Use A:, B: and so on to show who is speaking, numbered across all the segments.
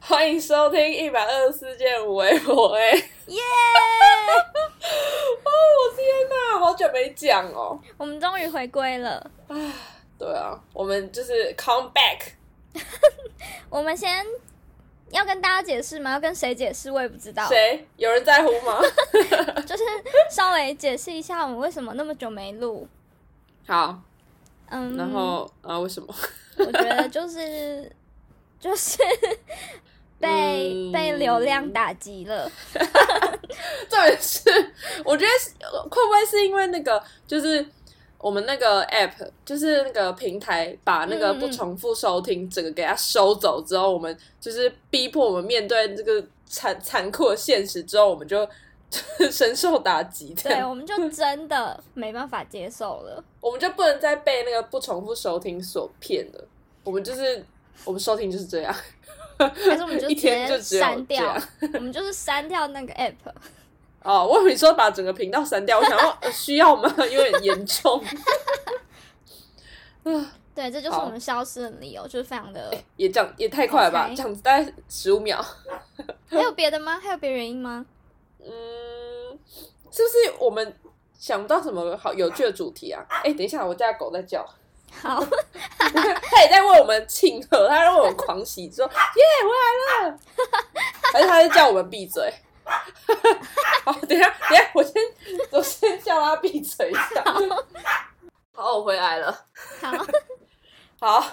A: 欢迎收听一百二十四件无为我哎、
B: 耶！
A: 哦，我天哪，好久没讲哦。
B: 我们终于回归了。
A: 对啊，我们就是 come back。
B: 我们先要跟大家解释吗？要跟谁解释？我也不知道。
A: 谁？有人在乎 吗？
B: 就是稍微解释一下我们为什么那么久没录。
A: 好，
B: 嗯，
A: 然后、啊，为什么？
B: 我觉得就是 就是被、
A: 嗯
B: 被流量打击了。
A: 重点是，我觉得是会不会是因为那个，就是我们那个 app，就是那个平台把那个
B: 嗯嗯嗯
A: 不重复收听整个给它收走之后，我们就是逼迫我们面对这个残残酷的现实之后，我们就 深受打击。这
B: 对，
A: 样，
B: 我们就真的没办法接受 了。
A: 我们就不能再被那个不重复收听所骗了。我们就是我们收听就是这样，
B: 还是我们就
A: 一
B: 直
A: 天就
B: 接
A: 只有
B: 删
A: 这
B: 掉
A: 样？
B: 我们就是删掉那个 app。
A: 哦，我以为你说把整个频道删掉，我想要、呃需要吗？有点严重，
B: 对，这就是
A: 好
B: 我们消失的理由，就是非常的。
A: 也这样也太快了吧
B: OK
A: 这样子大概十五秒。
B: 还有别的吗？还有别的原因吗？
A: 嗯，是不是我们想不到什么好有趣的主题啊？哎、等一下，我家狗在叫，
B: 好，
A: 它也在为我们庆贺，它在为我们狂喜，说 耶，我来了，而且它在叫我们闭嘴。 好，等一下，等一下，我先我先叫它闭嘴一下。 好，我回来了。
B: 好，
A: 好，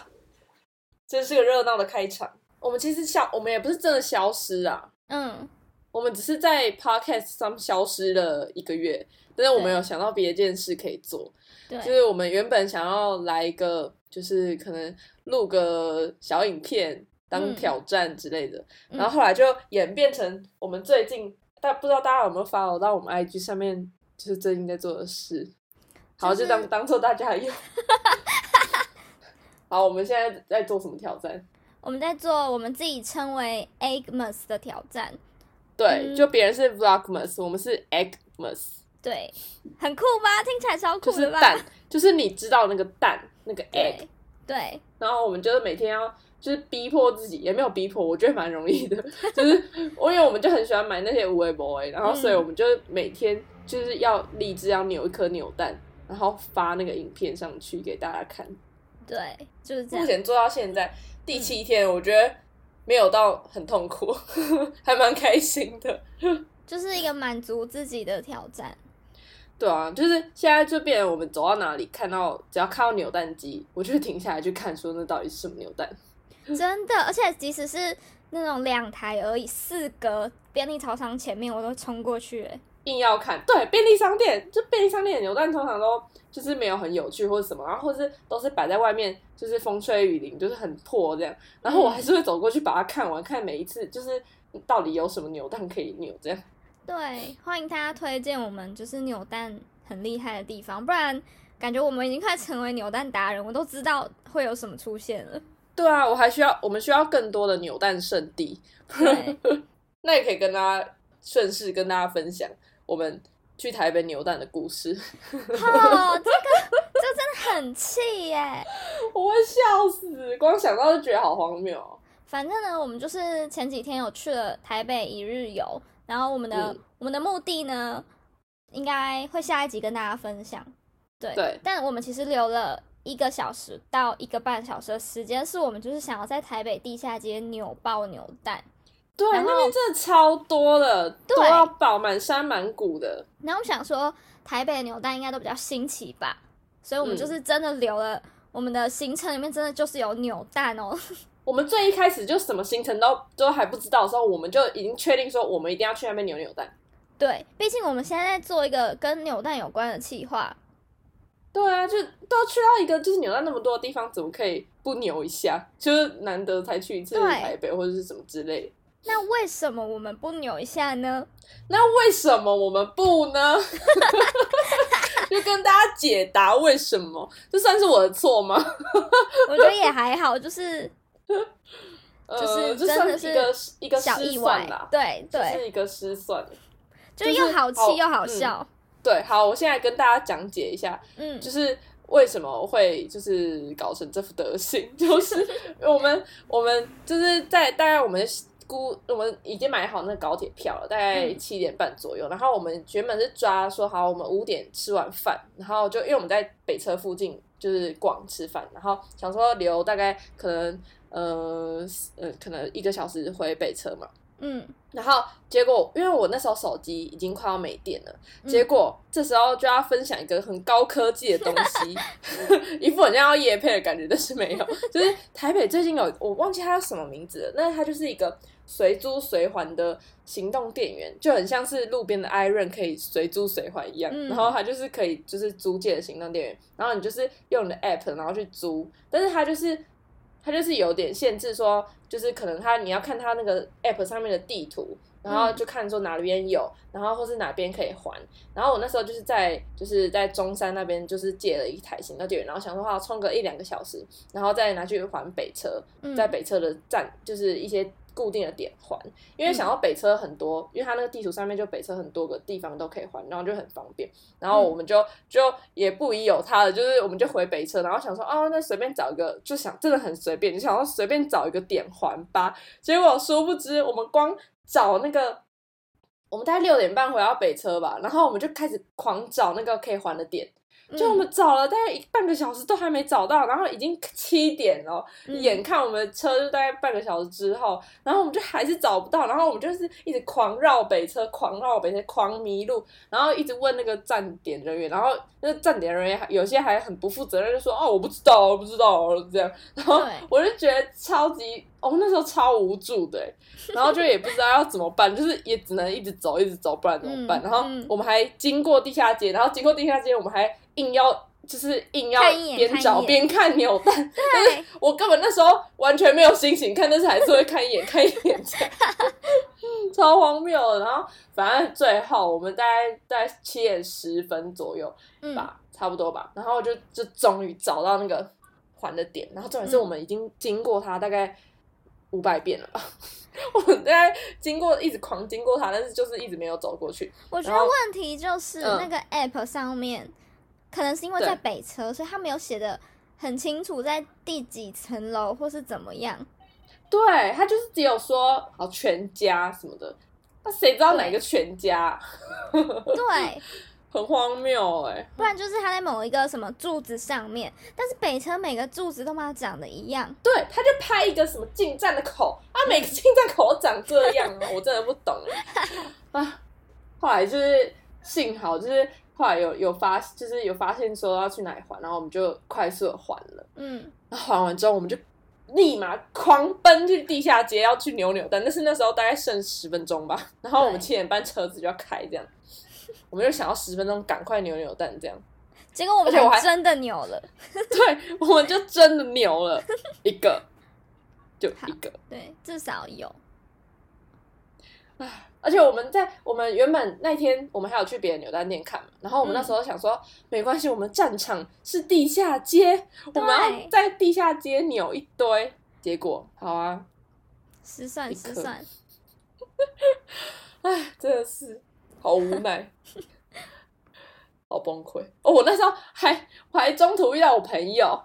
A: 这是个热闹的开场。我们其实消，我们也不是真的消失啊，
B: 嗯，
A: 我们只是在 podcast 上消失了一个月，但是我们有想到别的件事可以做，
B: 对，
A: 就是我们原本想要来一个，就是可能录个小影片当
B: 嗯
A: 挑战之类的，
B: 嗯
A: 然后后来就演变成我们最近，但不知道大家有没有 follow 到我们 IG 上面，就是最近在做的事，好，
B: 就是
A: 就当当做大家 用。好，我们现在在做什么挑战？
B: 我们在做我们自己称为 Eggmas 的挑战，
A: 对，
B: 嗯
A: 就别人是 Vlogmas，我们是 Eggmas。
B: 对，很酷吧？听起来超
A: 就
B: 酷
A: 是
B: 的吧？
A: 蛋，就是你知道那个蛋那个 egg，
B: 对，对，
A: 然后我们就是每天要就是逼迫自己，也没有逼迫，我觉得蛮容易的， 就是我因为我们就很喜欢买那些无为 boy，然后所以
B: 嗯
A: 我们就是每天就是要立志要扭一颗扭蛋，然后发那个影片上去给大家看。嗯
B: 对，就是这
A: 目
B: 样。
A: 前做到现在第七天，我觉得没有到很痛苦， 还蛮开心的。
B: 就是一个满足自己的挑战，
A: 对啊，就是现在就变成我们走到哪里看到，只要看到扭蛋机，我就会停下来去看，说那到底是什么扭蛋。
B: 真的，而且即使是那种两台而已，四格便利超商前面我都冲过去、欸，
A: 硬要看，对便利商店，就便利商店的扭蛋通常都就是没有很有趣或者什么，然后或是都是摆在外面，就是风吹雨淋，就是很破这样。然后我
B: 嗯
A: 还是会走过去把它看完，看每一次就是到底有什么扭蛋可以扭这样。
B: 对，欢迎大家推荐我们就是扭蛋很厉害的地方，不然感觉我们已经快成为扭蛋达人，我都知道会有什么出现了。
A: 对啊，我还需要我们需要更多的扭蛋圣地，
B: 对，
A: 那也可以跟大家顺势跟大家分享我们去台北扭蛋的故事。
B: 哦，这个这真的很气耶。
A: 我会笑死，光想到就觉得好荒谬哦。
B: 反正呢，我们就是前几天有去了台北一日游，然后我们的、
A: 嗯
B: 我们的目的呢，应该会下一集跟大家分享。对，
A: 对
B: 但我们其实留了一个小时到一个半小时的时间，是我们就是想要在台北地下街扭爆扭蛋。
A: 对，
B: 然后
A: 那边真的超多的，
B: 对
A: 多到爆，满山满谷的。
B: 然后我想说，台北的扭蛋应该都比较新奇吧，所以我们
A: 嗯
B: 就是真的留了、我们的行程里面真的就是有扭蛋哦。
A: 我们最一开始就什么行程都都还不知道的时候，我们就已经确定说我们一定要去那边扭扭蛋。
B: 对，毕竟我们现在在做一个跟扭蛋有关的企划，
A: 对啊，就都去到一个就是扭蛋那么多的地方，怎么可以不扭一下？就是难得才去一次
B: 对
A: 台北或者是什么之类的。
B: 那为什么我们不扭一下呢？
A: 那为什么我们不呢？ 就跟大家解答为什么，这算是我的错吗？
B: 我觉得也还好，就是
A: 呃，这
B: 就是真
A: 算
B: 的
A: 是一个一个
B: 小
A: 失
B: 意
A: 算
B: 外
A: 啦，，
B: 对
A: 这
B: 对，
A: 是一个失算。
B: 就是
A: 就是
B: 又好气
A: 好
B: 又好
A: 嗯
B: 笑，
A: 对，好，我现在跟大家讲解一下，
B: 嗯，
A: 就是为什么会就是搞成这副德行，就是我们我们就是在大概我们估我们已经买好那个高铁票了，大概
B: 嗯
A: 七点半左右。然后我们原本是抓说好，我们五点吃完饭，然后就因为我们在北车附近就是逛吃饭，然后想说留大概可能呃呃可能一个小时回北车嘛。
B: 嗯，
A: 然后结果，因为我那时候手机已经快要没电了，
B: 嗯
A: 结果这时候就要分享一个很高科技的东西， 一副很像要夜配的感觉，但是没有。就是台北最近有我忘记它叫什么名字了，那它就是一个随租随还的行动电源，就很像是路边的 iron 可以随租随还一样。
B: 嗯
A: 然后它就是可以就是租借的行动电源，然后你就是用你的 app 然后去租，但是它就是它就是有点限制说，就是可能它你要看它那个 app 上面的地图，然后就看说哪边有，然后或是哪边可以还。然后我那时候就是在就是在中山那边就是借了一台行动电源，然后想说话充个一两个小时，然后再拿去还北车，
B: 嗯
A: 在北车的站就是一些固定的点还，因为想到北车很多，因为它那个地图上面就北车很多个地方都可以还，然后就很方便。然后我们就就也不疑有他的，就是我们就回北车，然后想说哦，那随便找一个，就想真的很随便，就想要随便找一个点还吧。结果殊不知，我们光找那个。我们大概六点半回到北车吧，然后我们就开始狂找那个可以还的点，
B: 嗯
A: 就我们找了大概一半个小时都还没找到，然后已经七点了，
B: 嗯
A: 眼看我们的车就大概半个小时之后，然后我们就还是找不到，然后我们就是一直狂绕北车，狂绕北车，狂迷路，然后一直问那个站点人员，然后那个站点人员还有些还很不负责任，就说哦我不知道，我不知道这样，然后
B: 对
A: 我就觉得超级，我、哦、那时候超无助的欸、 然后就也不知道要怎么办，就是也只能一直走，一直走，不然怎么办？
B: 嗯
A: 然后
B: 嗯
A: 我们还经过地下街，然后经过地下街，我们还硬要。就是硬要
B: 看一眼
A: 边
B: 看一
A: 找
B: 眼
A: 边看扭蛋，
B: 对，
A: 我根本那时候完全没有心情看，但是还是会看一眼 看一眼这样，超荒谬的。然后反正最后我们大概在七点十分左右
B: 嗯
A: 吧，差不多吧。然后就就终于找到那个还的点，然后重点是
B: 嗯
A: 我们已经经过它大概五百遍了吧。 我们大概经过一直狂经过它，但是就是一直没有走过去。
B: 我觉
A: 然
B: 得
A: 后
B: 问题就是
A: 嗯
B: 那个 app 上面，可能是因为
A: 对
B: 在北车，所以他没有写的很清楚在第几层楼或是怎 么样。
A: 对，它就是只有说好全家什么的，那谁知道哪
B: 对
A: 个全家？
B: 对，
A: 很荒谬哎、
B: 不然就是他在某一个什么柱子上面，但是北车每个柱子都嘛长得一样。
A: 对，他就拍一个什么进站的口，啊，每个进站口都长这样啊，我真的不懂哎啊。后来就是幸好就是后来有有发，就是有发现说要去哪里还，然后我们就快速的还了。
B: 嗯，
A: 然后还完之后，我们就立马狂奔去地下街要去扭扭蛋，但是那时候大概剩十分钟吧，然后我们
B: 对
A: 七点半车子就要开，这样，我们就想要十分钟赶快扭扭蛋这样。
B: 结果我
A: 而且我
B: 们
A: 还
B: 还真的扭了。
A: 对，我们就真的扭了一个，就一个。
B: 对，至少有。
A: 而且我们在我们原本那天我们还有去别的扭蛋店看嘛，然后我们那时候想说、没关系，我们战场是地下街，我们要在地下街扭一堆。结果好啊，
B: 失算
A: 一
B: 失
A: 颗
B: 算，
A: 唉，真的是好无奈， 好崩溃。哦，我那时候还我还中途遇到我朋友，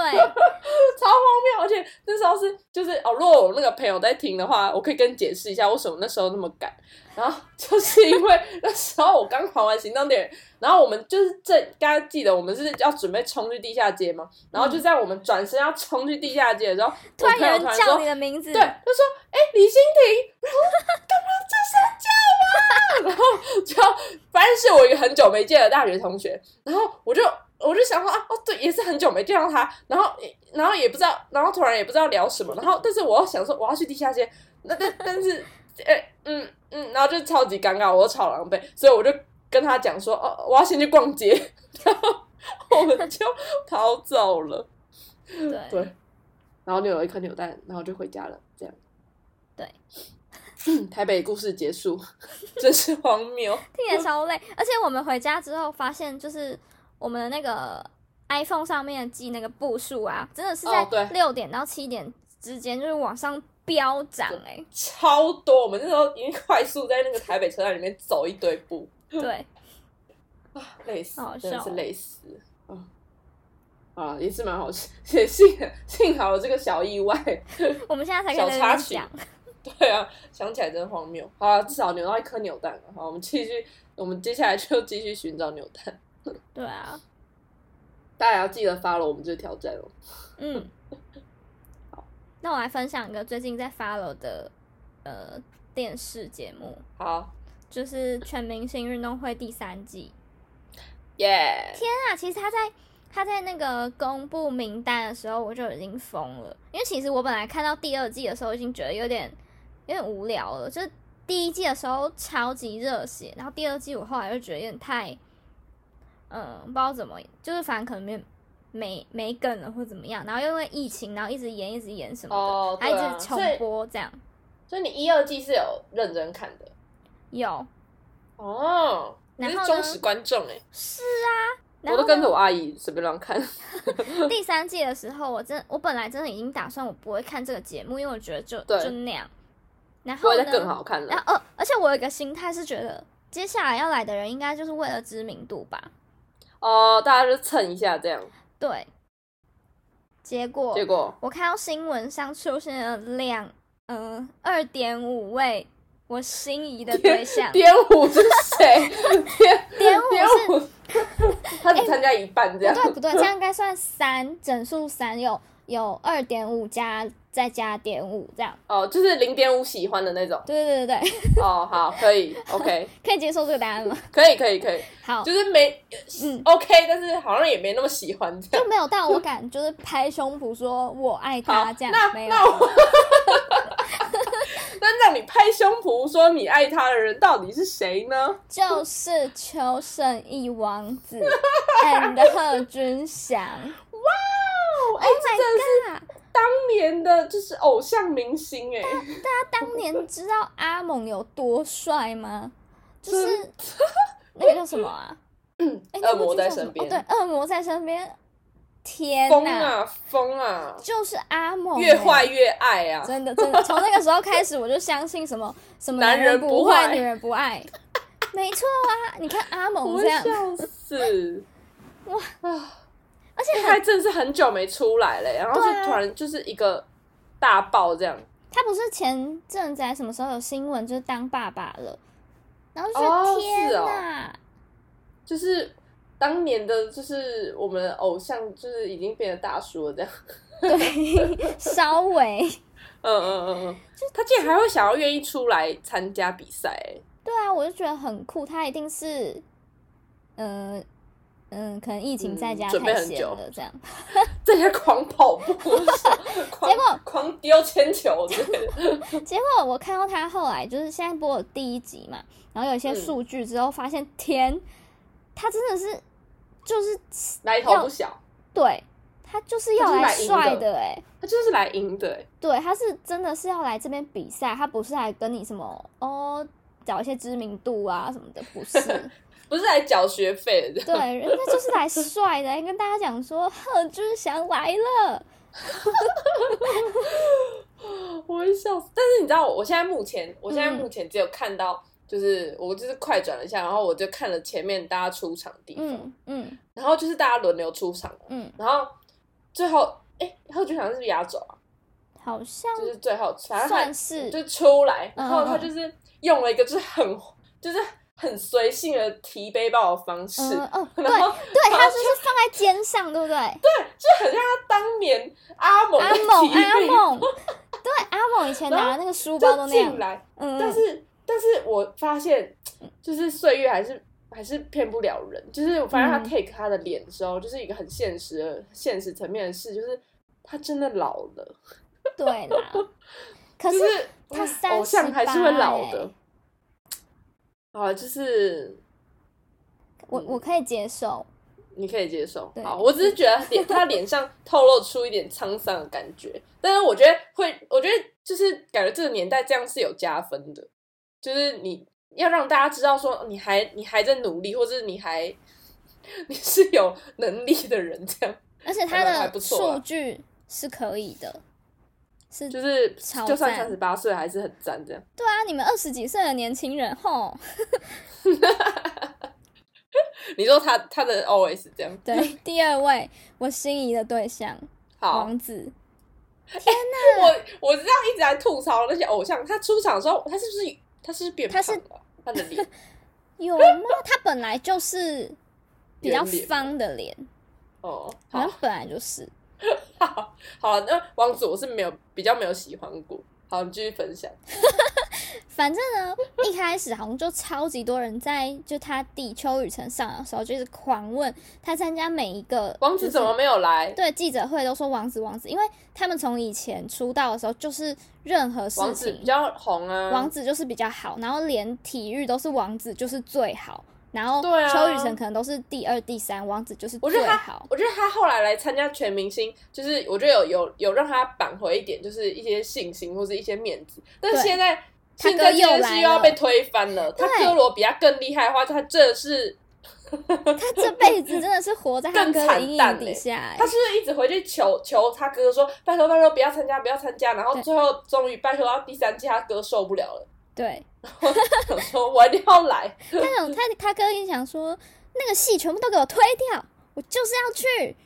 A: 超荒谬！而且那时候是就是哦，如果我那个朋友在听的话，我可以跟你解释一下为什么那时候那么赶。然后 就是因为那时候我刚还完行动点，然后我们就是这大家记得我们是要准备冲去地下街嘛，然后就在我们转身要冲去地下街的时候，
B: 嗯突然
A: 我
B: 有
A: 朋友
B: 人
A: 突然
B: 叫
A: 说
B: 你的名字，
A: 对，就说：“哎、李欣婷。”然后我就说干嘛这声叫啊？然后就反正是我一个很久没见的大学同学，然后我就我就想说啊，哦对，也是很久没见到他，然后然后也不知道，然后突然也不知道聊什么，然后但是我又想说我要去地下街，那但但是哎、嗯嗯，然后就超级尴尬，我超狼狈，所以我就跟他讲说哦，我要先去逛街， 然后我们就逃走了。
B: 对
A: 对，然后扭了一颗扭蛋，然后就回家了，这样。
B: 对
A: 嗯，台北故事结束， 真是荒谬。
B: 听起来超累。而且我们回家之后发现，就是我们的那个 iPhone 上面记那个步数啊，真的是在
A: 哦对
B: 六点到七点之间，就是往上飙涨哎、
A: 超多，我们那时候已经快速在那个台北车站里面走一堆步，
B: 对，
A: 累死
B: 好好，
A: 真的
B: 笑
A: 是
B: 哦
A: 累死。啊啊，也是蛮好笑，也幸幸好有这个小意外，
B: 我们现在才可
A: 小
B: 以在
A: 插
B: 那边
A: 曲
B: 讲，
A: 对啊，想起来真荒谬。好啊了，至少扭到一颗扭蛋了。好，我们继续，我们接下来就继续寻找扭蛋。
B: 对啊，
A: 大家要记得发了我们这个挑战哦。
B: 嗯，那我来分享一个最近在 follow 的呃电视节目，
A: 好，
B: 就是《全明星运动会》第三季。
A: 耶、
B: 天啊，其实他在他在那个公布名单的时候，我就已经疯了，因为其实我本来看到第二季的时候，已经觉得有点有点无聊了，就是第一季的时候超级热血，然后第二季我后来就觉得有点太，嗯，不知道怎么，就是反正可能没没没梗了或怎么样，然后又因为疫情，然后一直演一直演什么的，
A: 哦，
B: 还
A: 对
B: 一
A: 啊，
B: 直
A: 所
B: 重
A: 以
B: 播这样，
A: 所以你一二季是有认真看的
B: 有
A: 哦，你是
B: 然后
A: 忠
B: 呢
A: 实观众哎、
B: 是啊，然
A: 我
B: 后
A: 都跟
B: 呢
A: 着我阿姨随便乱看。
B: 第三季的时候，我真我本来真的已经打算我不会看这个节目，因为我觉得就
A: 对
B: 就那样。然
A: 不
B: 后
A: 会
B: 呢
A: 再？更好看
B: 然
A: 了。
B: 后呃，而且我有一个心态是觉得，接下来要来的人应该就是为了知名度吧？
A: 哦，大家就蹭一下这样，
B: 对。结果
A: 结果
B: 我看到新闻上出现了两嗯二点五位我心仪的对 象，
A: 编舞是谁？编
B: 编舞
A: 编
B: 是
A: 舞，他只参加一半这样
B: 不。对不啊对，这样应该算三整数三，有有二点五加再加点五这样。
A: 哦，就是零点五喜欢的那种。
B: 对对对对， 对
A: 哦，好，可以，OK，
B: 可以接受这个答案吗？
A: 可以，可以，可以，
B: 好，
A: 就是没
B: 哦嗯
A: OK，但是好像也没那么喜欢这样。
B: 就没有到我敢就是拍胸脯说我爱他
A: 好，
B: 这样，
A: 那
B: 没有。
A: 那 我。那让你拍胸脯说你爱他的人到底是谁呢？
B: 就是求胜一王 子 and 贺军翔。
A: 哦，哎、
B: Oh my god！
A: 当年的就是偶像明星哎、
B: 他当年知道阿猛有多帅吗？就
A: 真嗯
B: 是那个叫什么啊？哎那
A: 恶
B: 部
A: 魔
B: 剧
A: 在
B: 叫什么
A: 身边
B: 哦对，恶魔在身边。天
A: 疯
B: 哪，
A: 啊疯啊，
B: 就是阿猛、
A: 越
B: 哎
A: 坏越爱啊！
B: 真的真的，从那个时候开始，我就相信 什么什么
A: 男
B: 人
A: 人不
B: 坏，
A: 坏
B: 女人不爱。 没错啊，你看阿猛
A: 我
B: 这
A: 会
B: 样，
A: 笑死！
B: 而且
A: 他真的是很久没出来了，欸然后
B: 对
A: 是
B: 啊
A: 突然就是一个大爆这样。
B: 他不是前阵子还什么时候有新闻，就是当爸爸了，然后就觉得、
A: 哦
B: 天
A: 是哦
B: 哪，
A: 就是当年的，就是我们的偶像，就是已经变得大叔了这样。哦
B: 对，稍微
A: 嗯嗯嗯嗯，他竟然还会想要愿意出来参加比赛、欸，
B: 对啊，我就觉得很酷，他一定是，嗯、嗯、可能疫情在家
A: 嗯准备
B: 太
A: 很
B: 闲
A: 久
B: 了这样，
A: 在家狂跑 步，狂
B: 结果
A: 狂丢铅球之类 的。
B: 结果我看到他后来就是现在播了第一集嘛，然后有一些
A: 嗯
B: 数据之后发现，天，他真的是就是
A: 来头不小，
B: 对他就是
A: 他就
B: 要
A: 是
B: 来
A: 来赢
B: 帅
A: 的
B: 的哎、
A: 他就是来赢的、欸。
B: 对，他是真的是要来这边比赛，他不是来跟你什么哦找一些知名度啊什么的，不是。
A: 不是来缴学费的，
B: 对，人家就是来帅的，来跟大家讲说贺军翔来了。
A: 我会笑死。但是你知道我，我现在目前，我现在
B: 嗯
A: 目前只有看到，就是我就是快转了一下，然后我就看了前面大家出场的地方，
B: 嗯嗯
A: 然后就是大家轮流出场，
B: 嗯，
A: 然后最后，哎、贺军翔是不是压轴啊，
B: 好像
A: 就是最后，反正
B: 算
A: 他
B: 是
A: 就出来，然
B: 嗯
A: 后他就是用了一个就是很就是很随性的提背包的方式，
B: 嗯哦，对
A: 然后
B: 对，他就是放在肩上，对不对？
A: 就很像他当年阿猛
B: 阿
A: 的
B: 猛
A: 提
B: 阿
A: 背包
B: 猛，对阿猛以前
A: 然后
B: 拿那个书包
A: 就
B: 都那样
A: 进，来，
B: 嗯，
A: 但是但是我发现就是岁月还是。还是骗不了人，就是我发现他
B: 嗯
A: take 他的脸的时候，就是一个很现实的、现实层面的事，就是他真的老了，
B: 对 啦。可
A: 就是是
B: 他
A: 偶像还是会老
B: 38
A: 的。啊，就是
B: 我
A: 嗯
B: 我可以接受，
A: 你可以接受
B: 对。
A: 好，我只是觉得 脸他脸上透露出一点沧桑的感觉，但是我觉得会，我觉得就是感觉这个年代这样是有加分的，就是你要让大家知道说你还你还在努力，或者你还你是有能力的人，这样
B: 而且他
A: 还还
B: 的
A: 不错啊
B: 数据是可以的，是
A: 就是
B: 超
A: 就算
B: 赞
A: 三十八岁还是很赞这样。
B: 对啊，你们二十几岁的年轻人，吼，
A: 你说他他的 OS 这样
B: 对，第二位我心仪的对象
A: 好，
B: 王子，
A: 我我这样一直在吐槽那些偶像，他出场的时候，他是不是他是不是变
B: 他是
A: 胖了？他的脸
B: 有吗？他本来就是比较
A: 圆脸
B: 方的脸，
A: 哦，
B: 好
A: 好
B: 像本来就是。
A: 好 好，那王子我是没有比较没有喜欢过。好，你继续分享。
B: 反正呢，一开始好像就超级多人在就他弟邱雨辰上的时候，就是狂问他参加每一个
A: 王子
B: 就是
A: 怎么没有来？
B: 对记者会都说王子王子，因为他们从以前出道的时候就是任何事情
A: 王子比较红啊。
B: 王子就是比较好，然后连体育都是王子就是最好，然后
A: 对啊
B: 邱雨辰可能都是第二、第三，王子就是
A: 我觉得
B: 最
A: 他
B: 好，。
A: 我觉得他后来来参加全明星，就是我觉得有有有让他扳回一点，就是一些信心或是一些面子。但
B: 对
A: 现在
B: 他
A: 现
B: 哥
A: 在这
B: 又
A: 件
B: 来
A: 事又要
B: 了
A: 被推翻了。他
B: 对
A: 哥罗比他更厉害的话，他这是
B: 他这辈子真的是活在他
A: 更
B: 哥的
A: 惨
B: 阴
A: 淡
B: 影底
A: 欸
B: 下、欸
A: 他。是不是一直回去求求他哥说拜托拜托不要参加不要参加，然后
B: 对
A: 最后终于拜托到第三季，他哥受不了了，
B: 对，
A: 想说我一定要来。
B: 他想他他哥一想说，那个戏全部都给我推掉，我就是要去，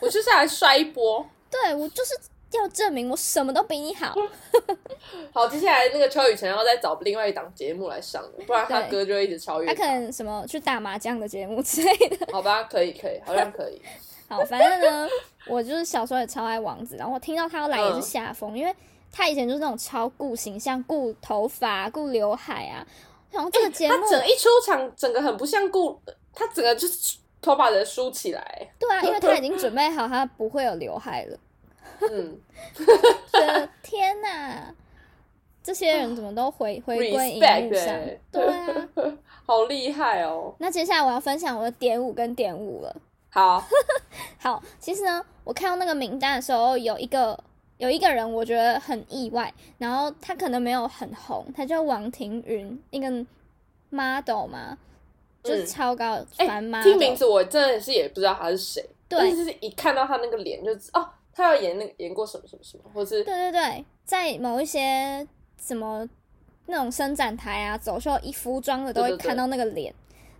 A: 我就是来摔一波。
B: 对我就是要证明我什么都比你好。
A: 好，接下来那个邱雨辰要再找另外一档节目来上了，不然他
B: 对
A: 哥就会一直超越
B: 他可能什么去打麻将的节目之类的。
A: 好吧，可以可以，好像可以。
B: 好，反正呢，我就是小时候也超爱王子，然后我听到他要来也是
A: 嗯
B: 吓疯，因为他以前就是那种超顾形象、顾头发、顾刘海啊。然后这个 节目，
A: 哎他整一出场，整个很不像顾，他整个就是头发的梳起来，
B: 对啊，因 为他已经准备好他不会有刘海了。
A: 嗯，
B: 觉得天哪，这些人怎么都回回归荧幕
A: Respect
B: 上
A: 欸？
B: 对啊。
A: 好厉害哦。
B: 那接下来我要分享我的点五跟点五了。
A: 好，
B: 好，其实呢，我看到那个名单的时候，有一个有一个人我觉得很意外，然后他可能没有很红，他叫王庭云，一个 model 嘛，就是
A: 嗯
B: 超高
A: 哎
B: 反 model，、
A: 听名字我真的是也不知道他是谁，但
B: 对
A: 是就是一看到他那个脸就知哦，他要演那个演过什么什么什么，或是
B: 对对对，在某一些什么那种伸展台啊、走秀一服装的都
A: 对
B: 会
A: 对对
B: 看到那个脸。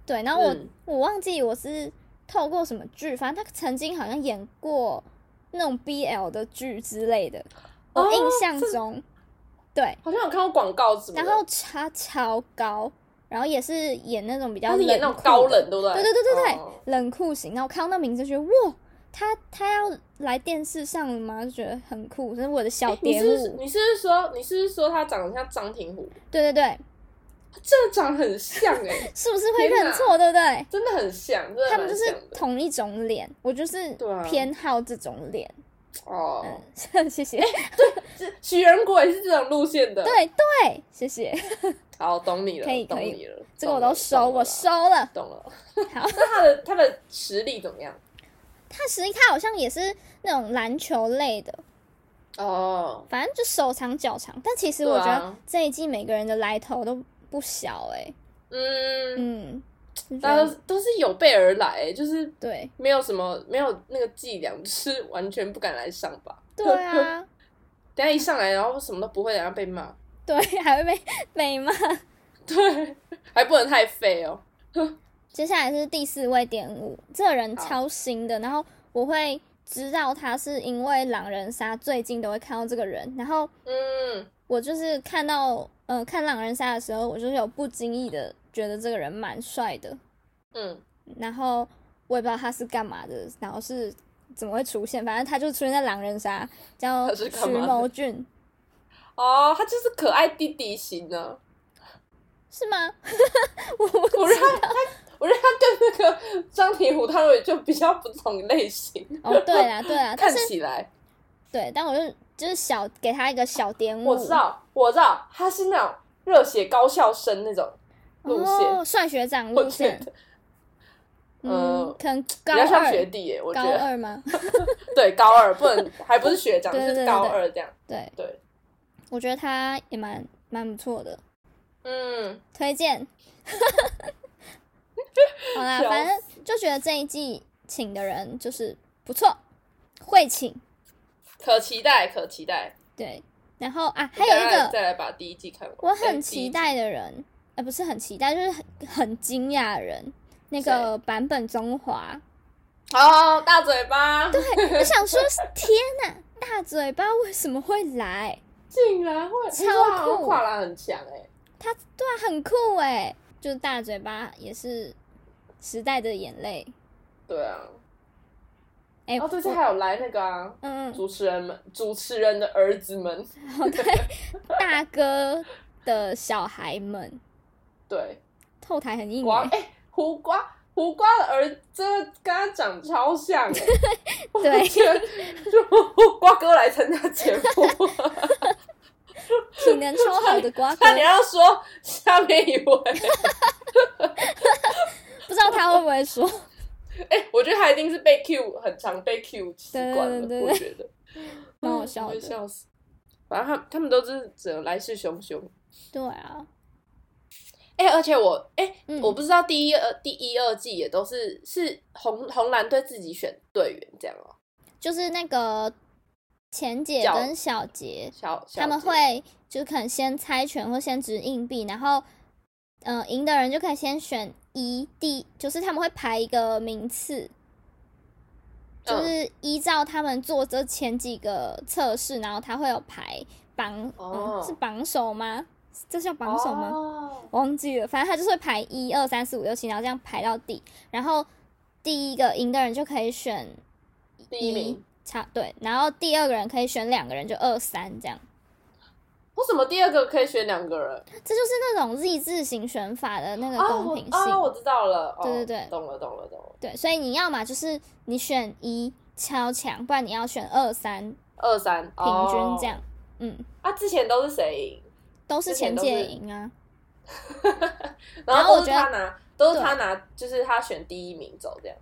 B: 对，然后我、
A: 嗯
B: 我忘记我是透过什么剧，反正他曾经好像演过那种 BL 的剧之类的，
A: 哦
B: 我印象中，对，
A: 好像有看到广告什么
B: 然
A: 的，
B: 后他超高，然后也是演那种比较
A: 他是演那
B: 冷
A: 种
B: 酷
A: 高
B: 的
A: 冷，对不对？
B: 对对对对对，
A: 哦
B: 冷酷型。然后我看到那名字就觉得哇，他他要来电视上了吗？就觉得很酷，这是我的小
A: 哎你
B: 点
A: 是不是
B: 舞。
A: 你是不是说你是不是说他长得像张庭湖？
B: 对对对，
A: 他真的长得很像哎、
B: 是不是会认
A: 天
B: 错？对不对？
A: 真的很像，真的
B: 他们就
A: 蛮
B: 是
A: 像的
B: 同一种脸，我就是
A: 对啊
B: 偏好这种脸。
A: 哦。
B: 嗯，谢谢。
A: 哎这许仁国也是这种路线的，
B: 对对，谢谢。
A: 好，懂你了，
B: 可以
A: 懂
B: 可以
A: 你了，
B: 这个我
A: 懂
B: 都
A: 了
B: 收，我，收了。
A: 懂了懂了。
B: 好，
A: 那他的他的实力怎么样？
B: 他实际他好像也是那种篮球类的，
A: 哦，
B: 反正就手长脚长。但其实
A: 对
B: 我
A: 啊
B: 觉得这一季每个人的来头都不小哎、
A: 嗯，
B: 嗯，就觉
A: 大家
B: 得
A: 都是都是有备而来，欸就是
B: 对
A: 没有什么没有那个伎俩，就是完全不敢来上吧。
B: 对啊，
A: 等一下一上来，然后什么都不会，然后被骂，
B: 对，还会被被骂。
A: 对，还不能太废哦。
B: 接下来是第四位点五，这个人超新的，然后我会知道他是因为狼人杀最近都会看到这个人，然后
A: 嗯，
B: 我就是看到呃看狼人杀的时候，我就是有不经意的觉得这个人蛮帅的，
A: 嗯，
B: 然后我也不知道他是干嘛的，然后是怎么会出现，反正他就出现在狼人杀，叫
A: 他是干
B: 徐
A: 嘛的
B: 谋俊
A: 哦，他就是可爱弟弟型的、
B: 是吗？
A: 我让他，我让他跟那个张庭湖他们就比较不同类型，
B: 哦，对啦对啦，但
A: 看
B: 是
A: 起来。
B: 对，但我就就是小给他一个小点五，
A: 我知道，我知道，他是那种热血高校生那种路线，
B: 哦，帅学长
A: 我
B: 路
A: 觉
B: 线。
A: 得
B: 嗯
A: 呃，
B: 可能
A: 比
B: 高
A: 较像学
B: 二，
A: 弟耶，我觉
B: 高
A: 得
B: 二吗？
A: 对高二不能，还不是学长，
B: 对对
A: 是
B: 对
A: 高
B: 对
A: 二这样。
B: 对，
A: 对，
B: 我觉得他也蛮蛮不错的，
A: 嗯，
B: 推荐。 好啦，
A: 笑
B: 反正就觉得这一季请的人就是不错，会请
A: 可期待，可期待。
B: 对，然后啊，
A: 我
B: 还有
A: 等
B: 一
A: 下
B: 个
A: 再来把第一季看完。
B: 我
A: 哎
B: 很期，待的人，呃，不是很期待，就是很很惊讶的人，那个版本中华，
A: 第一季哦，大嘴巴，
B: 我想说，天哪，大嘴巴为什么会来？
A: 竟然会
B: 超
A: 听说他好像
B: 酷
A: 跨栏很强哎、
B: 他对啊，很酷哎，就是大嘴巴也是时代的眼泪。
A: 对啊，
B: 哎、
A: 然哦后这次
B: 我
A: 还有来那个啊，
B: 嗯，嗯
A: 主持人们，主持人的儿子们，
B: 大哥的小孩们，
A: 对，
B: 后台很硬
A: 瓜
B: 哎、
A: 哎、胡瓜。胡瓜的儿子真的跟他长超像哎、我
B: 对
A: 觉得就胡瓜哥来参加 节目，
B: 体能超好的瓜哥
A: 差，点要说下面一位，
B: 不知道他会不 会说。
A: 哎、我觉得他一定是被 Q 很常被 Q 习惯了，
B: 对对对对
A: 我觉得嗯
B: 蛮好笑的
A: 我会笑死。反正他们他们都是只能来势汹汹。
B: 对啊，
A: 哎、而且我哎、
B: 嗯
A: 我不知道第一二第一二季也都是是红红蓝队自己选队员这样哦、
B: 就是那个钱姐
A: 小
B: 跟小杰，
A: 小小
B: 他们
A: 姐
B: 会就是可能先猜拳或先掷硬币，然后呃赢的人就可以先选一第，就是他们会排一个名次，就
A: 嗯
B: 是依照他们做这前几个测试，然后他会有排榜，
A: 哦
B: 嗯，是榜首吗？这叫榜首吗？
A: 哦
B: 我忘记了，反正他就是会排一二三四五六七，然后这样排到底，然后第一个赢的人就可以选
A: 第一名。
B: 差对，然后第二个人可以选两个人，就二三这样。
A: 为什么第二个可以选两个人？
B: 这就是那种 Z 字型选法的那个公平性。
A: 哦我哦，我知道了。哦、
B: 对对对
A: 懂了，懂了，懂了。
B: 对，所以你要嘛就是你选一超强，不然你要选二三
A: 二三哦
B: 平均这样。。嗯，
A: 哦、啊，之前都是谁赢？
B: 都是前届赢啊。
A: 然
B: 然后
A: 后
B: 我
A: 都是
B: 觉得
A: 他拿，都是他拿，就是他选第一名走这样。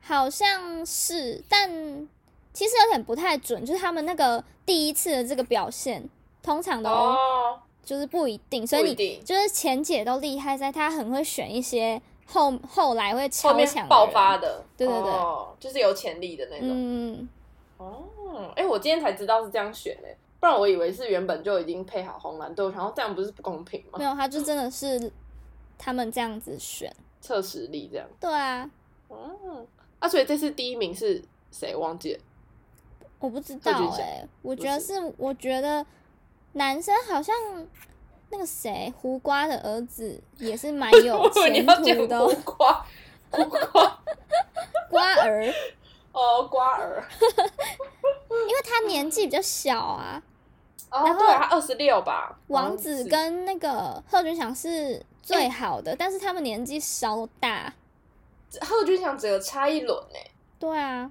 B: 好像是，但其实有点不太准，就是他们那个第一次的这个表现，通常都
A: 哦，
B: 就是不一定，所以
A: 不一
B: 你
A: 定
B: 就是前姐都厉害在，她很会选一些后后来会
A: 后
B: 超强
A: 面
B: 的
A: 爆
B: 人
A: 发。的，
B: 对对对
A: 哦，就是有潜力的那种。
B: 嗯，
A: 哦，哎，我今天才知道是这样选的，不然我以为是原本就已经配好红蓝队，然后这样不是不公平吗
B: 没？有，她就真的是他们这样子选。
A: 测实力这样。
B: 对啊，
A: 哦，啊，所以这次第一名是谁？忘记了。
B: 我不知道
A: 特别
B: 哎、
A: 想
B: 我
A: 不
B: 觉得
A: 是
B: 是，我觉得男生好像那个谁胡瓜的儿子也是蛮有
A: 我以为 你
B: 哎
A: 要
B: 前
A: 讲
B: 途的
A: 胡
B: 哦
A: 瓜，胡瓜
B: 瓜 儿，因
A: 哦，瓜儿。
B: 为他年纪比较小啊。
A: 哦，
B: 然后
A: 对，他二十六吧。
B: 王子跟那个贺军翔是最好的，但是他们年纪稍大。
A: 贺军翔只有差一轮呢，
B: 对啊，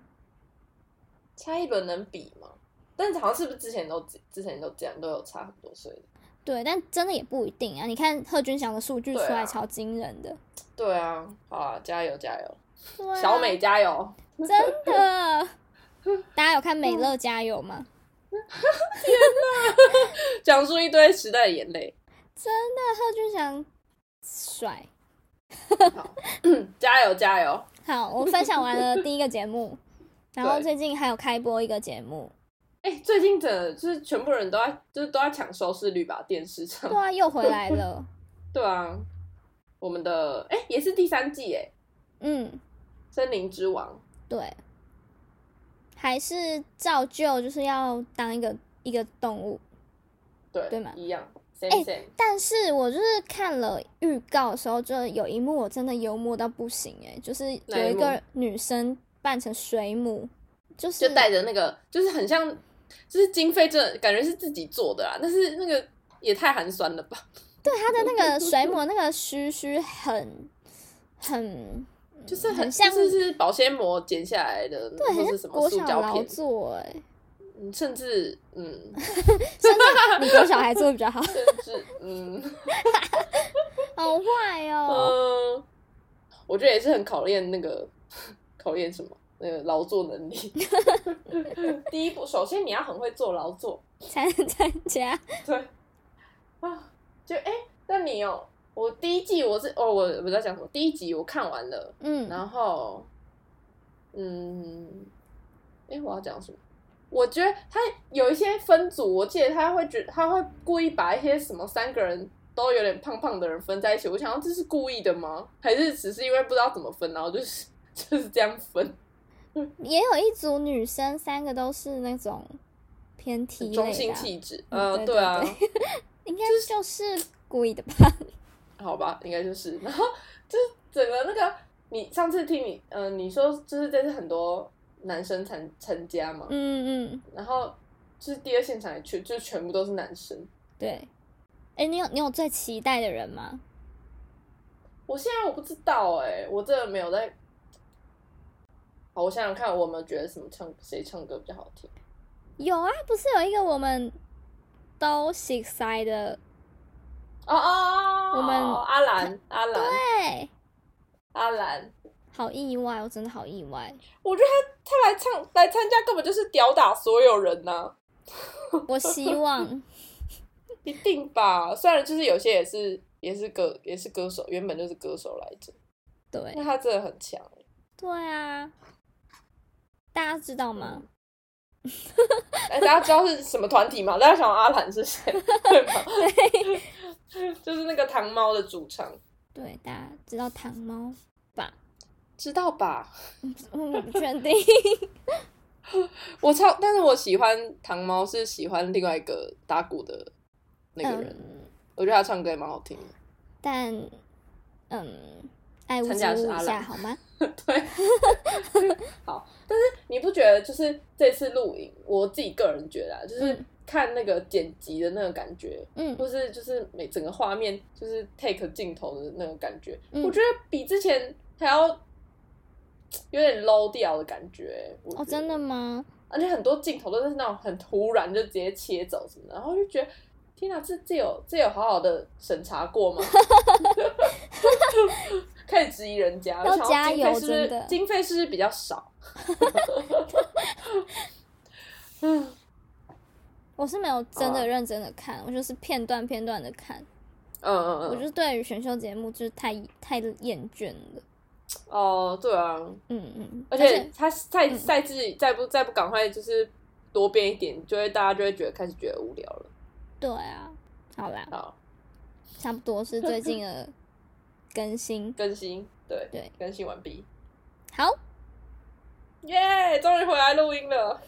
A: 差一轮能比吗？但是好像是不是之前都之前都这样，都有差很多岁的。
B: 对，但真的也不一定啊。你看贺军翔的数据出
A: 对啊
B: 来超惊人的，
A: 对啊，好啊，加油加油，
B: 对啊
A: 小美 加油！
B: 真 的。大家有看美
A: 嗯
B: 乐加油吗？
A: 讲述一堆时代的眼泪，
B: 那贺军翔帅。
A: 加油加油！
B: 好，我分享完了第一个节目，然后
A: 对
B: 最近还有开播一个节目，
A: 哎、最近整的就是全部人都在，就是都在抢收视率吧，电视上
B: 对。啊，又回来 了。
A: 对啊，我们的哎、也是第三季哎，
B: 嗯，
A: 《森林之王》
B: 对，还是照旧就是要当一个一个动物。
A: 对
B: 对嘛
A: 一样，same
B: 哎
A: same。
B: 但是我就是看了预告的时候，就有一幕我真的幽默到不行哎、就是
A: 哪
B: 有
A: 一
B: 一
A: 幕
B: 个女生扮成水母，就是
A: 就带着那个，就是很像，就是经费真的感觉是自己做的啦，啊但是那个也太寒酸了吧？
B: 她的那 个水母那个须须很很
A: 就是很
B: 嗯很像
A: 就是是保鲜膜剪下来的，
B: 对，
A: 或
B: 很
A: 是
B: 像
A: 什
B: 国
A: 么塑
B: 小
A: 胶
B: 劳
A: 片，
B: 作哎、
A: 嗯甚至 嗯，
B: 甚 至你国小还做的比较 好，
A: 甚至嗯
B: 好坏哦。
A: 嗯，我觉得也是很考验那个考验什么那个劳作能力。 第一步，首先你要很会做劳作，
B: 才能参 加，
A: 对啊，就哎、那你有我第一季我是哦，我我在讲什么？第一集我看完了。
B: 嗯，
A: 然后，嗯，哎、我要讲什么？我觉得他有一些分组，我记得他会觉他会故意把一些什么三个人都有点胖胖的人分在一起。我想，这是故意的吗？还是只是因为不知道怎么分，然后就是 就是这样分？
B: 也有一组女生，三个都是那种偏 T 类的啊
A: 中性气质，
B: 嗯
A: 呃，
B: 对
A: 对啊，
B: 应该就是故意的 吧？
A: 好吧，应该就是。然后就是整个那个，你上次听你，嗯、你说就是这次很多男生参参加嘛，
B: 嗯嗯，
A: 然后就是第二现场也去，就全部都是男生。
B: 对。哎、你有你有最期待的人吗？
A: 我现在我不知道哎、我真的没有在。好，我想想看，我有没有觉得什么唱谁唱歌比较好听？
B: 有啊，不是有一个我们都喜塞的，
A: 哦哦哦，
B: 我们
A: 阿兰阿兰
B: 对，
A: 阿兰，
B: 好意外，我哦真的好意 外。
A: 我觉得他他来唱来参加根本就是吊打所有人呐、
B: 我希望，
A: 一定吧？虽然就是有些也是也是歌也是歌手，原本就是歌手来着，
B: 对
A: 那他真的很强。
B: 对啊，大家知道吗？
A: 哎，大家知道是什么团体吗？大家想阿兰是谁？对吧？ 就是那个糖猫的主唱，
B: 对，大家知道糖猫吧？
A: 知道吧？
B: 我我不确 定。
A: 我超，但是我喜欢糖猫是喜欢另外一个打鼓的那个人，
B: 嗯，
A: 我觉得他唱歌也蛮好听的。
B: 但嗯，爱屋
A: 参
B: 及
A: 加的是
B: 乌
A: 阿
B: 一下
A: 兰
B: 好吗？
A: 对， 好，但是你不觉得就是这次录影，我自己个人觉得、啊，就是
B: 嗯
A: 看那个剪辑的那个感觉，
B: 嗯，
A: 或是就是每整个画面就是 take 镜头的那种感觉，
B: 嗯
A: 我觉得比之前还要有点 low 掉的感觉。欸我
B: 哦，
A: 觉得
B: 真的吗？
A: 而且很多镜头都是那种很突然就直接切走什么的，然后就觉得天哪、这这有这有好好的审查过 吗？ 开始质疑人家，
B: 要
A: 我想
B: 加
A: 经
B: 油
A: 费是不是
B: 真的
A: 经费是不是比较少？嗯，
B: 我是没有真
A: 好
B: 的
A: 啊
B: 认真的看，我就是片段片段的看。
A: 嗯嗯
B: 我
A: 嗯，
B: 就是对于选秀节目就是太太厌倦了。
A: 哦，对啊，
B: 嗯嗯，
A: 而且嗯他赛赛制再不再不赶快就是多变一点，就会大家就会觉得开始觉得无聊了。
B: 对啊，好啦，
A: 好，
B: 差不多是最近的更新。
A: 更新，对
B: 对，
A: 更新完毕，
B: 好，
A: 耶、终于回来录音了。